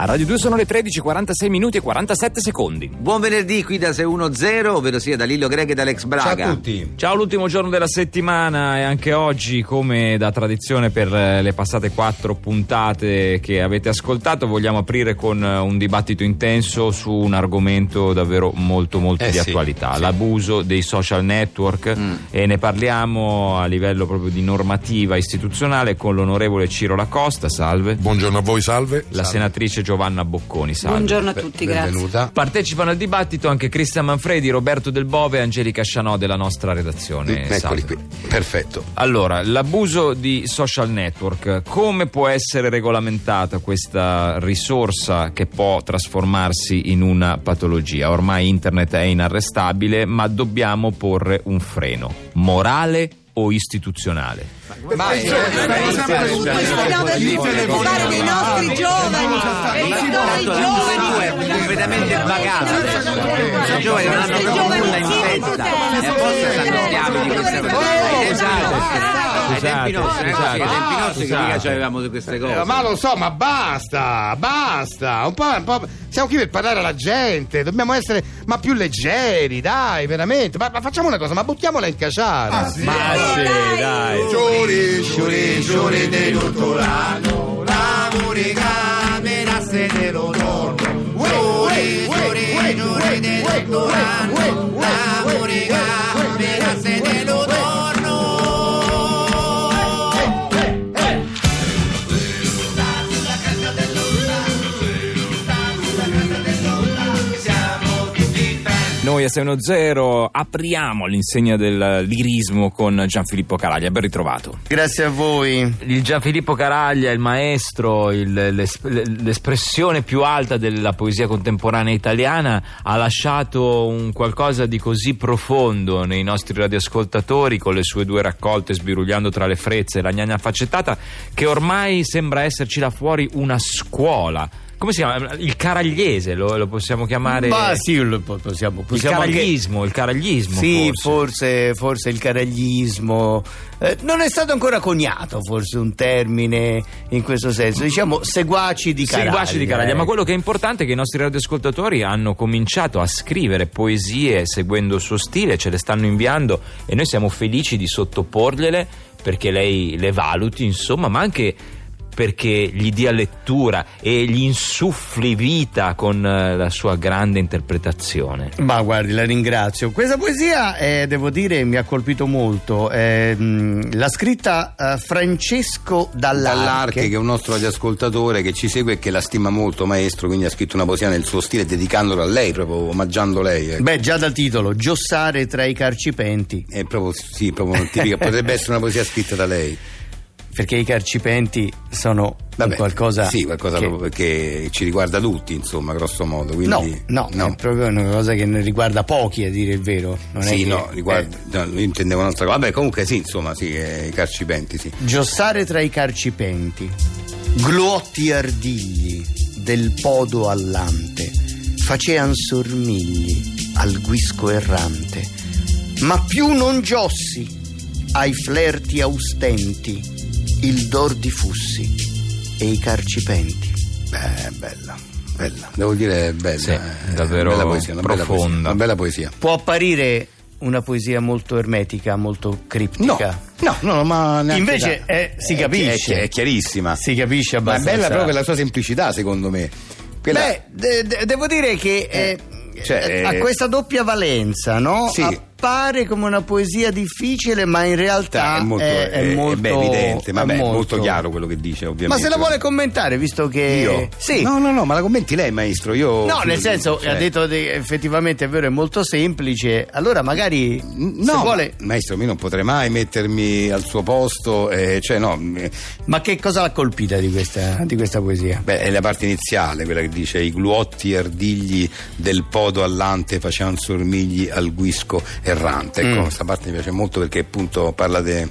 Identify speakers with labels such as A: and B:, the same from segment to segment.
A: A Radio 2 sono le 13:46 minuti e 47 secondi.
B: Buon venerdì qui da 610, ovvero sia da Lillo Greg e dall'ex Braga.
C: Ciao a tutti.
A: Ciao, l'ultimo giorno della settimana e anche oggi, come da tradizione per eh, le passate quattro puntate che avete ascoltato, vogliamo aprire con eh, un dibattito intenso su un argomento davvero molto molto
C: Eh
A: di
C: sì,
A: attualità,
C: sì.
A: l'abuso dei social network
B: Mm.
A: e ne parliamo a livello proprio di normativa istituzionale con l'onorevole Ciro Lacosta, salve,
C: Buongiorno a voi, salve.
A: la senatrice Giovanna Bocconi, salve.
D: Buongiorno a tutti, grazie.
C: Benvenuta.
A: Partecipano al dibattito anche Cristian Manfredi, Roberto Del Bove e Angelica Scianò della nostra redazione.
E: Eh,
C: Eccoli
A: Salve.
C: Ecco qui. Perfetto.
A: Allora, l'abuso di social network, come può essere regolamentata questa risorsa che può trasformarsi in una patologia? Ormai internet è inarrestabile, ma dobbiamo porre un freno, morale o istituzionale?
C: Ma
D: parlare dei nostri giovani, dei nostri
B: Due, completamente vagata adesso. I giovani non hanno
D: Questi
B: proprio
D: giovani
B: nulla in
D: siete
B: testa.
D: tutelati.
B: E apposta stanno chiavi di questa cosa. Ai tempi nostri, ai tempi nostri,
A: Scusate,
B: ai tempi nostri che mica
A: scusate.
B: c'avevamo su queste cose.
F: Eh, Ma lo so, ma basta, basta. Un po', un po'- siamo qui per parlare alla gente, dobbiamo essere ma più leggeri, dai, veramente. Ma, ma facciamo una cosa, ma buttiamola in caciara.
A: Ma sì, dai.
C: Giuri, giuri, giuri di
A: Noi a 610 apriamo l'insegna del lirismo con Gianfilippo Caraglia, ben ritrovato.
B: Grazie a voi.
A: Il Gianfilippo Caraglia, il maestro, il- l'es- l'espressione più alta della poesia contemporanea italiana, ha lasciato un qualcosa di così profondo nei nostri radioascoltatori con le sue due raccolte sbirugliando tra le frezze e la gnagna faccettata che ormai sembra esserci là fuori una scuola. Come si chiama? Il caragliese lo, lo possiamo chiamare?
E: Ma sì, lo po- possiamo, possiamo
A: il
E: anche-
A: caragliismo, il caragliismo.
E: Sì,
A: forse.
E: forse, forse il caragliismo. Eh, non è stato ancora coniato forse un termine in questo senso. Diciamo seguaci di Caraglia.
A: Seguaci di Caraglia, ma
E: ecco.
A: quello che è importante è che i nostri radioascoltatori hanno cominciato a scrivere poesie seguendo il suo stile, ce le stanno inviando e noi siamo felici di sottoporgliele perché lei le valuti, insomma, ma anche perché gli dia lettura e gli insuffli vita con eh, la sua grande interpretazione.
E: Ma guardi, la ringrazio. Questa poesia, eh, devo dire, mi ha colpito molto. Eh, mh, l'ha scritta eh, Francesco Dall'Arche.
C: Dall'Arche, che è un nostro radioascoltatore che ci segue e che la stima molto, maestro, quindi ha scritto una poesia nel suo stile dedicandola a lei, proprio omaggiando lei. ecco.
E: Beh, già dal titolo, Giossare tra i carcipenti.
C: È proprio, sì, proprio tipica, potrebbe essere una poesia scritta da lei.
E: Perché i carcipenti sono un
C: Vabbè,
E: qualcosa.
C: Sì, qualcosa
E: che-
C: proprio che ci riguarda tutti, insomma, grosso modo. Quindi,
E: no, no, è proprio una cosa che ne riguarda pochi, a dire il vero. Non è
C: sì,
E: che-
C: no, riguarda, no, io intendevo un'altra cosa. Vabbè, comunque sì, insomma, sì, eh, i carcipenti, sì.
E: eh, Giossare tra i carcipenti, glotti ardigli del podo allante, facean sormigli al guisco errante, ma più non giossi ai flerti austenti, il dor di fussi e i carcipenti.
C: Beh, è bella, bella. Devo dire, è bella.
A: Sì,
C: eh,
A: davvero
C: bella poesia, una bella
A: profonda.
C: poesia, una bella poesia.
E: Può apparire una poesia molto ermetica, molto criptica.
C: No, no, no, ma neanche
E: Invece
C: da-
E: eh, si
C: è chi- È, chi-
E: capisce.
C: è chiarissima.
E: Si capisce
C: ma è
E: abbastanza.
C: bella proprio la sua semplicità, secondo me. Quella-
E: Beh, de- de- devo dire che eh,
C: cioè,
E: eh,
C: eh,
E: ha questa doppia valenza, no?
C: Sì.
E: Appare come una poesia difficile, ma in realtà
C: Cioè, è molto,
E: ah, è, è
C: è-
E: molto-
C: beh, evidente, ma
E: è
C: beh, è molto... chiaro quello che dice,
E: Ma
C: ovviamente.
E: se la vuole Eh. commentare, visto che
C: io?
E: Sì.
C: No, no, no, ma la commenti lei, maestro. Io
E: No, nel senso,
C: Cioè-
E: ha detto che effettivamente è vero, è molto semplice. Allora, magari
C: No,
E: se
C: ma-
E: vuole.
C: maestro, io non potrei mai mettermi al suo posto, eh, cioè no, mh,
E: Ma che cosa l'ha colpita di questa, di questa poesia?
C: beh, è la parte iniziale, quella che dice i gluotti ardigli del podo allante facevano sormigli al guisco errante.
E: Mm.
C: Ecco, questa parte mi piace molto perché appunto parla de-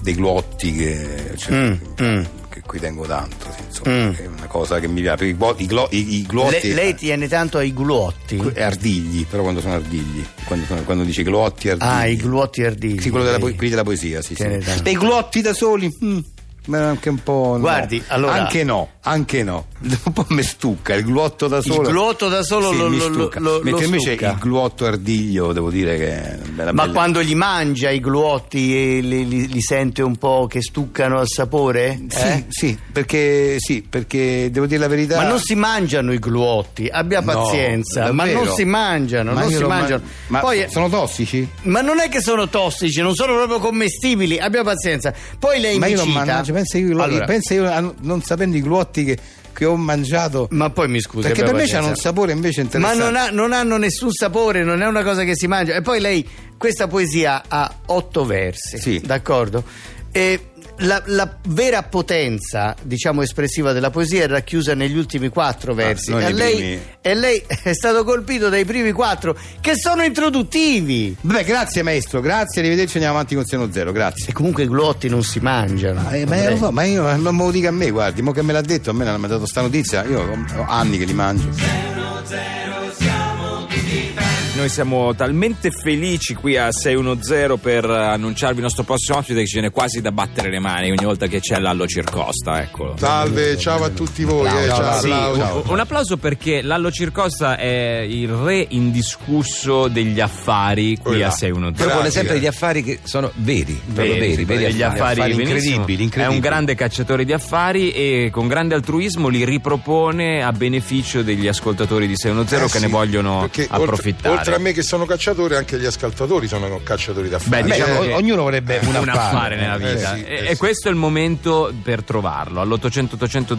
C: dei glotti che, cioè,
E: Mm,
C: che cui tengo tanto. sì, insomma, È una cosa che mi piace. perché I, glo- i glo- i- i glotti.
E: lei, lei tiene tanto ai gluotti.
C: Que- Ardigli, però quando sono ardigli, quando, sono- quando dici glotti, ardigli.
E: Ah, i gluotti ardigli.
C: Sì, quello della, po-
E: Lei-
C: quelli della poesia, sì, sì.
E: Tiene tanto.
C: Dei glotti da soli. mm, Ma anche un po'. no.
E: Guardi, allora-
C: Anche no, anche no. Un po' mi stucca il glotto da solo.
E: glotto da solo
C: Sì,
E: lo-
C: mi
E: lo-
C: stucca.
E: lo- lo
C: Mentre invece
E: stucca.
C: il glotto ardiglio, devo dire che è una bella-
E: Ma
C: bella-
E: quando li mangia i gluotti e li, li- li sente un po' che stuccano al sapore?
C: Sì,
E: Eh?
C: sì, perché, sì, perché devo dire la verità.
E: Ma non si mangiano i gluotti, abbia
C: No,
E: pazienza, ma
C: davvero?
E: non si mangiano,
C: Ma
E: non
C: io
E: si
C: lo man-
E: mangiano.
C: Ma
E: Poi-
C: sono tossici?
E: Ma non è che sono tossici, non sono proprio commestibili, abbia pazienza. Poi lei
C: Ma
E: mi
C: io non
E: cita-
C: mangio, pensa io,
E: Allora,
C: pensa io a non- non sapendo i glotti che, che ho mangiato.
E: Ma poi mi scusi,
C: perché
E: abbia
C: per me
E: pazienza.
C: c'hanno un sapore invece
E: Ma
C: interessante.
E: non, ha- non hanno nessun sapore, non è una cosa che si mangia. E poi lei, questa poesia ha otto versi,
C: Sì.
E: d'accordo? E la, la vera potenza, diciamo, espressiva della poesia è racchiusa negli ultimi quattro versi.
C: Ah, non
E: e,
C: nei
E: lei,
C: primi.
E: e lei è stato colpito dai primi quattro, che sono introduttivi.
C: Beh, grazie maestro, grazie, arrivederci, andiamo avanti con Seno Zero,
E: E
C: grazie.
E: comunque i glotti non si mangiano.
C: Eh, ma, io lo so, ma io non me lo dica a me, guardi, mo che me l'ha detto, a me non mi ha dato sta notizia, io ho ho anni che li mangio.
A: Noi siamo talmente felici qui a 610 per eh, annunciarvi il nostro prossimo ospite che ci viene quasi da battere le mani ogni volta che c'è Lallo Circosta, eccolo.
F: Salve, ciao a tutti voi. eh,
C: ciao,
F: ciao,
C: sì,
F: Claudio.
C: ciao.
A: Un applauso perché Lallo Circosta è il re indiscusso degli affari qui
F: Quella.
A: a 610.
F: Grazie.
B: Propone sempre gli affari che sono veri, proprio veri, veri
A: degli affari, benissimo.
B: incredibili,
A: È un
B: incredibili.
A: grande cacciatore di affari e con grande altruismo li ripropone a beneficio degli ascoltatori di 610 che
G: Eh sì,
A: ne vogliono
G: perché oltre-
A: approfittare.
G: Oltre, a me che sono cacciatore, anche gli ascoltatori sono cacciatori d'affari.
A: Beh, diciamo
F: Beh,
A: che-
F: o- ognuno vorrebbe un
A: un affare nella vita
G: Eh sì,
A: e,
G: eh
A: e
G: sì.
A: questo è il momento per trovarlo all'800 800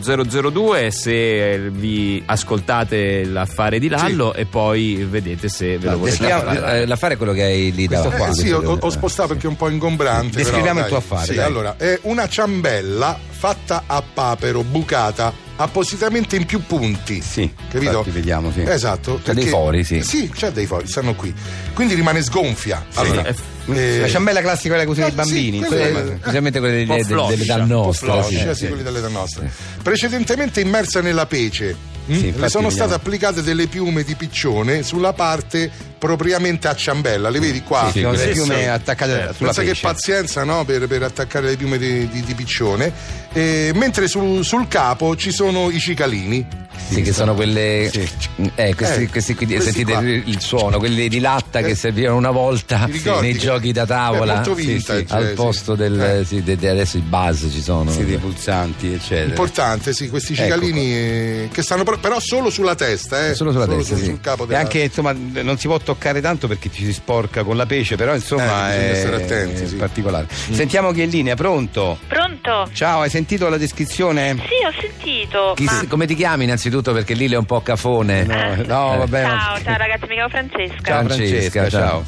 A: 002 se eh, vi ascoltate l'affare di Lallo e poi vedete se ve lo volete
B: Descriviamo-
A: fare
B: eh, L'affare è quello che hai lì
G: Eh,
B: davanti.
G: sì, ho,
C: cioè,
G: ho spostato perché è un po' ingombrante.
B: Descriviamo
G: però,
B: il tuo
G: dai.
B: affare,
G: Sì,
B: dai.
G: allora, è una ciambella fatta a papero, bucata, appositamente in più punti.
C: Sì,
G: Capito?
C: infatti, vediamo, sì.
G: Esatto.
B: C'ha dei fori, sì.
G: Sì, c'è dei fori, stanno qui. Quindi rimane sgonfia. Allora,
A: Eh,
G: eh,
C: La ciambella classica quella che usano i
G: sì,
C: bambini. eh,
G: quella
C: quella-
G: è-
B: Specialmente quelle
A: Un po'
B: delle, delle, delle
A: floscia,
B: dal
A: un po'
B: nostro.
G: floscia,
B: sì.
G: sì, quelli dell'età nostra. Precedentemente immersa nella pece. mm?
C: Sì,
G: Le
C: infatti
G: sono
C: vediamo.
G: state applicate delle piume di piccione sulla parte propriamente a ciambella, le vedi qua?
C: sì, Certo. quelle
G: Adesso-
C: piume attaccate sulla
G: Pensa che
C: pesce.
G: pazienza no, per, per attaccare le piume di, di- di piccione. Eh, mentre sul, sul capo ci sono i cicalini.
B: Sì, che sono quelle. Eh, questi,
G: Eh,
B: questi qui,
G: questi
B: sentite
G: qua.
B: il- il suono, quelli di latta che
G: Eh.
B: servivano una volta
G: Ti ricordi
B: nei
G: che-
B: giochi da
G: Beh,
B: tavola.
G: molto vintage,
B: al
G: sì.
B: posto del.
G: Eh.
B: sì, de- de- adesso i buzz ci sono.
C: Sì, dei pulsanti, eccetera.
G: Importante, sì, questi
C: Ecco
G: cicalini eh, che stanno però, però solo sulla testa, eh,
B: Solo sulla testa,
G: sul,
B: sì.
G: sul capo
C: E
G: della-
C: anche insomma non si può toccare tanto perché ci si sporca con la pesce, però insomma
G: Eh, bisogna
C: è,
G: stare attenti,
C: è
G: sì.
C: particolare. Sentiamo chi è in linea, pronto?
H: Pronto?
C: Ciao, hai sentito la descrizione?
H: Sì, ho sentito.
B: Chi-
H: ma-
B: Come ti chiami innanzitutto? Perché Lille è un po' cafone. Eh.
C: No, no, vabbè. non-
H: Ciao, ciao ragazzi, mi chiamo Francesca.
C: Ciao Eh. Francesca,
B: Francesca,
C: ciao.
B: ciao.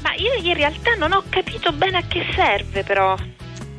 H: Ma io in realtà non ho capito bene a che serve, però.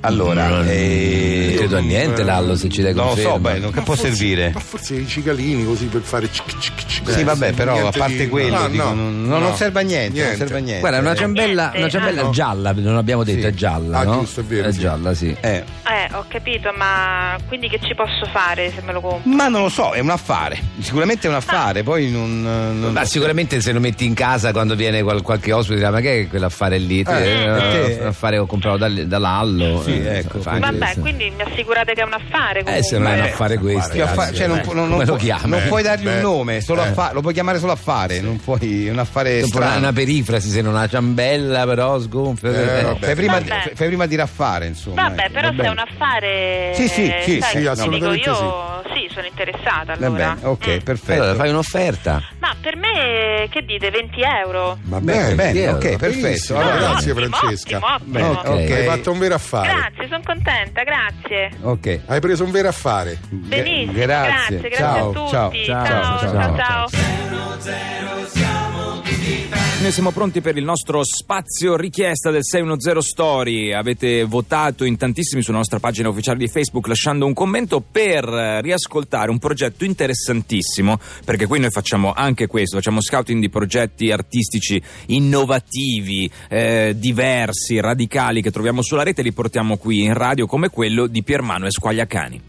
C: Allora,
B: Non
C: eh,
B: non credo a niente, Lallo, se ci dai
C: Non lo so,
B: conferma.
C: beh, non- che
G: Ma
C: può
G: forse-
C: servire?
G: Ma forse i cicalini così per fare cic, cic, cic.
C: Eh. Sì,
G: Eh,
C: vabbè, però a
G: niente
C: parte
G: di-
C: quello,
G: no,
C: dico,
G: no,
C: non, non- non
G: no.
C: serve a niente, non serve a niente.
B: Guarda, una ciambella, una
H: Niente,
B: ciambella
H: ah, no.
B: gialla, non abbiamo detto,
C: Eh, Sì.
B: è gialla.
G: Ah,
B: no?
G: giusto, è vero,
B: È
G: sì.
B: gialla, sì.
C: Eh,
H: Eh, ho capito, ma quindi che ci posso fare se me lo compro?
C: ma non lo so, è un affare. Sicuramente è un affare, poi non. non-
B: Ma sicuramente se lo metti in casa quando viene qual- qualche ospite, dirà, ma che è quell'affare lì? Eh,
C: eh,
B: un affare che ho comprato dal- dall'allo.
C: Sì,
B: eh,
C: ecco,
B: fa anche
H: Vabbè,
B: questo.
H: quindi mi assicurate che è un affare comunque.
B: Eh, se non è un
H: Beh,
B: affare questo.
C: Che affa-
B: ragazzi,
C: cioè, non,
B: eh,
C: pu- non- non
B: come lo
C: puoi-
B: chiami?
C: non puoi dargli un
G: beh,
C: nome, solo
G: eh.
C: affa- lo puoi chiamare solo affare, non puoi un affare
B: Dopo una,
C: strano.
B: una perifrasi, se non una ciambella, però sgonfia.
G: Eh,
B: eh.
G: vabbè.
C: Fai prima,
H: Vabbè.
C: fai- fai prima di raffare, insomma.
H: Vabbè,
C: ecco,
H: però
C: va
H: se è
C: bene.
H: un affare. eh,
C: Sì, sì, sì,
H: sai,
C: sì,
H: ti
G: assolutamente
H: dico io sì. sono interessata
C: Va
H: allora.
C: bene, ok,
H: Mm.
C: perfetto.
B: Allora, fai un'offerta.
H: Ma per me, che dite, 20 euro?
G: Va
C: bene,
G: bene,
C: bene,
B: Piero.
C: ok, perfetto.
G: Benissimo,
C: Allora,
H: No,
G: grazie,
H: ottimo,
G: Francesca.
H: Ottimo,
C: Bene,
H: ottimo.
C: ok.
G: Hai fatto un vero affare.
H: Grazie, sono contenta, grazie.
C: ok.
G: Hai preso un vero affare.
H: Benissimo,
C: Gra-
H: grazie, grazie
C: ciao, Ciao,
H: a tutti.
C: ciao, ciao.
H: ciao. ciao, ciao.
A: Noi siamo pronti per il nostro spazio richiesta del 610 Story. Avete votato in tantissimi sulla nostra pagina ufficiale di Facebook lasciando un commento per eh, riascoltare un progetto interessantissimo, perché qui noi facciamo anche questo, facciamo scouting di progetti artistici innovativi, eh, diversi, radicali che troviamo sulla rete e li portiamo qui in radio come quello di Piermano e Squagliacani.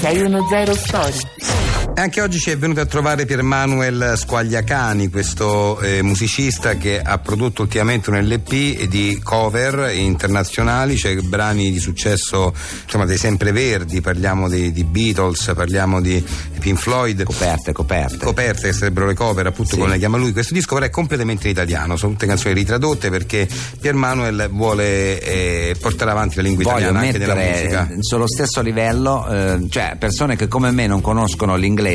I: 610 Story.
C: E Eh, Anche oggi ci è venuto a trovare Pier Manuel Squagliacani, questo eh, musicista che ha prodotto ultimamente un LP di cover internazionali, cioè brani di successo insomma, dei sempreverdi, parliamo dei, di Beatles, parliamo di Pink Floyd. Coperte, coperte. Coperte che sarebbero le cover, appunto come le chiama lui. Questo disco però è completamente in italiano, sono tutte canzoni ritradotte perché Pier Manuel vuole eh, portare avanti la lingua
B: Voglio
C: italiana anche nella musica.
B: mettere eh, sullo stesso livello, eh, cioè persone che come me non conoscono l'inglese,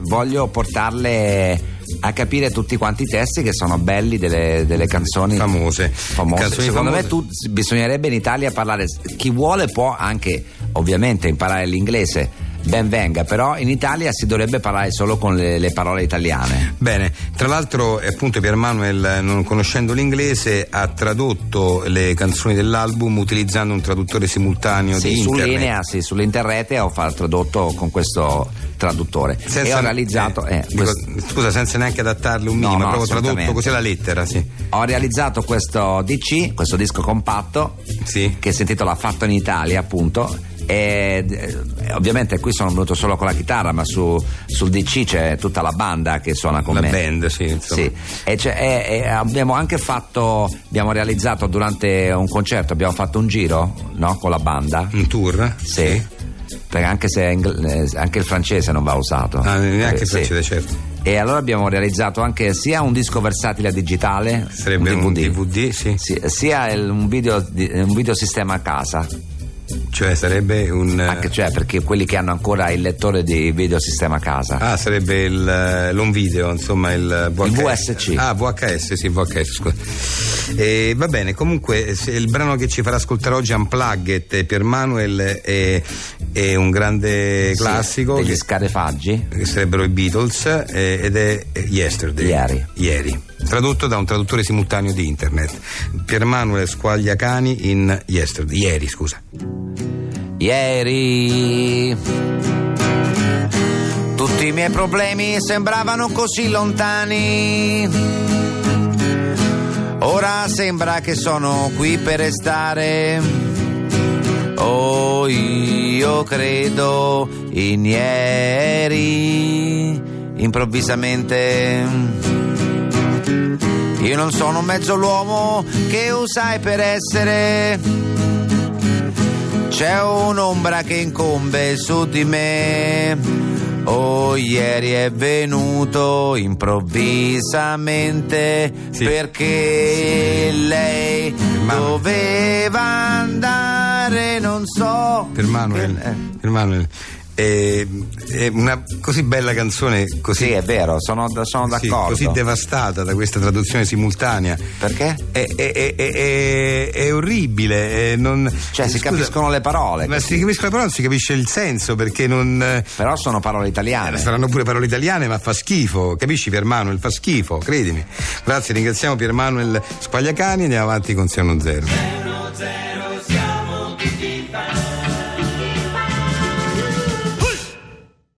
B: voglio portarle a capire tutti quanti i testi che sono belli delle, delle canzoni
C: Famose.
B: famose.
C: Canzoni
B: Secondo
C: famose.
B: me tu, bisognerebbe in Italia parlare, chi vuole può anche ovviamente imparare l'inglese. Ben venga, però in Italia si dovrebbe parlare solo con le- le parole italiane.
C: Bene, tra l'altro eh, appunto Pier Manuel, non conoscendo l'inglese, ha tradotto le canzoni dell'album utilizzando un traduttore simultaneo
B: Sì,
C: di
B: su
C: internet.
B: linea, sì, sull'interrete ho fa- tradotto con questo traduttore e ho realizzato,
C: eh,
B: eh,
C: dico,
B: quest-
C: Scusa, senza neanche adattarlo un
B: No,
C: minimo,
B: no,
C: proprio tradotto
B: assolutamente.
C: così la lettera, sì.
B: ho realizzato questo DC, questo disco compatto
C: Sì.
B: che si intitola Fatto in Italia, appunto. E eh, ovviamente qui sono venuto solo con la chitarra, ma su- sul DC c'è tutta la banda che suona con
C: La
B: me.
C: band, sì, insomma.
B: Sì, e c'è- e- e abbiamo anche fatto, abbiamo realizzato durante un concerto, abbiamo fatto un giro no, con la banda.
C: Un tour?
B: Sì. Perché anche, se è ingl- eh, anche il francese non va usato.
C: Ah,
B: Eh,
C: neanche il
B: sì.
C: francese, certo.
B: E allora abbiamo realizzato anche sia un disco versatile digitale,
C: Sarebbe
B: un
C: un
B: DVD,
C: DVD, sì.
B: sì, sia il- un, video, di- un videosistema a casa,
C: Cioè sarebbe un... eh,
B: anche cioè perché quelli che hanno ancora il lettore di videosistema a casa.
C: Ah, sarebbe il, eh, l'home video, insomma il VHS.
B: Il VSC.
C: Ah, VHS, sì, VHS, scusa. Eh, va bene, comunque se il brano che ci farà ascoltare oggi, Unplugged, eh, Pier Manuel, è, è un grande
B: Sì,
C: eh, classico.
B: degli
C: che-
B: scarefaggi.
C: che sarebbero i Beatles eh, ed è eh, Yesterday
B: Ieri.
C: Ieri. tradotto da un traduttore simultaneo di internet Pier Manuel Squagliacani in Yesterday ieri scusa
B: Ieri tutti i miei problemi sembravano così lontani. Ora sembra che sono qui per restare. Oh, io credo in ieri. Improvvisamente. Io non sono mezzo l'uomo che usai per essere. C'è un'ombra che incombe su di me. Oh, ieri è venuto improvvisamente
C: Sì.
B: perché lei
C: Manu-
B: doveva andare, non so.
C: Pier Manuel,
B: Che- eh,
C: Pier Manuel, eh, è una così bella canzone così,
B: Sì, è vero, sono, sono
C: sì,
B: d'accordo.
C: così devastata da questa traduzione simultanea
B: Perché?
C: è, è- è- è- è orribile eh, non-
B: Cioè, si
C: scusa,
B: capiscono le parole,
C: ma si capiscono le parole non si capisce il senso perché non eh,
B: però sono parole
C: Eh,
B: italiane.
C: Saranno pure parole italiane, ma fa schifo, capisci Pier Manuel? Fa schifo, credimi. Grazie, ringraziamo Pier Manuel Spagliacani, andiamo avanti con 610.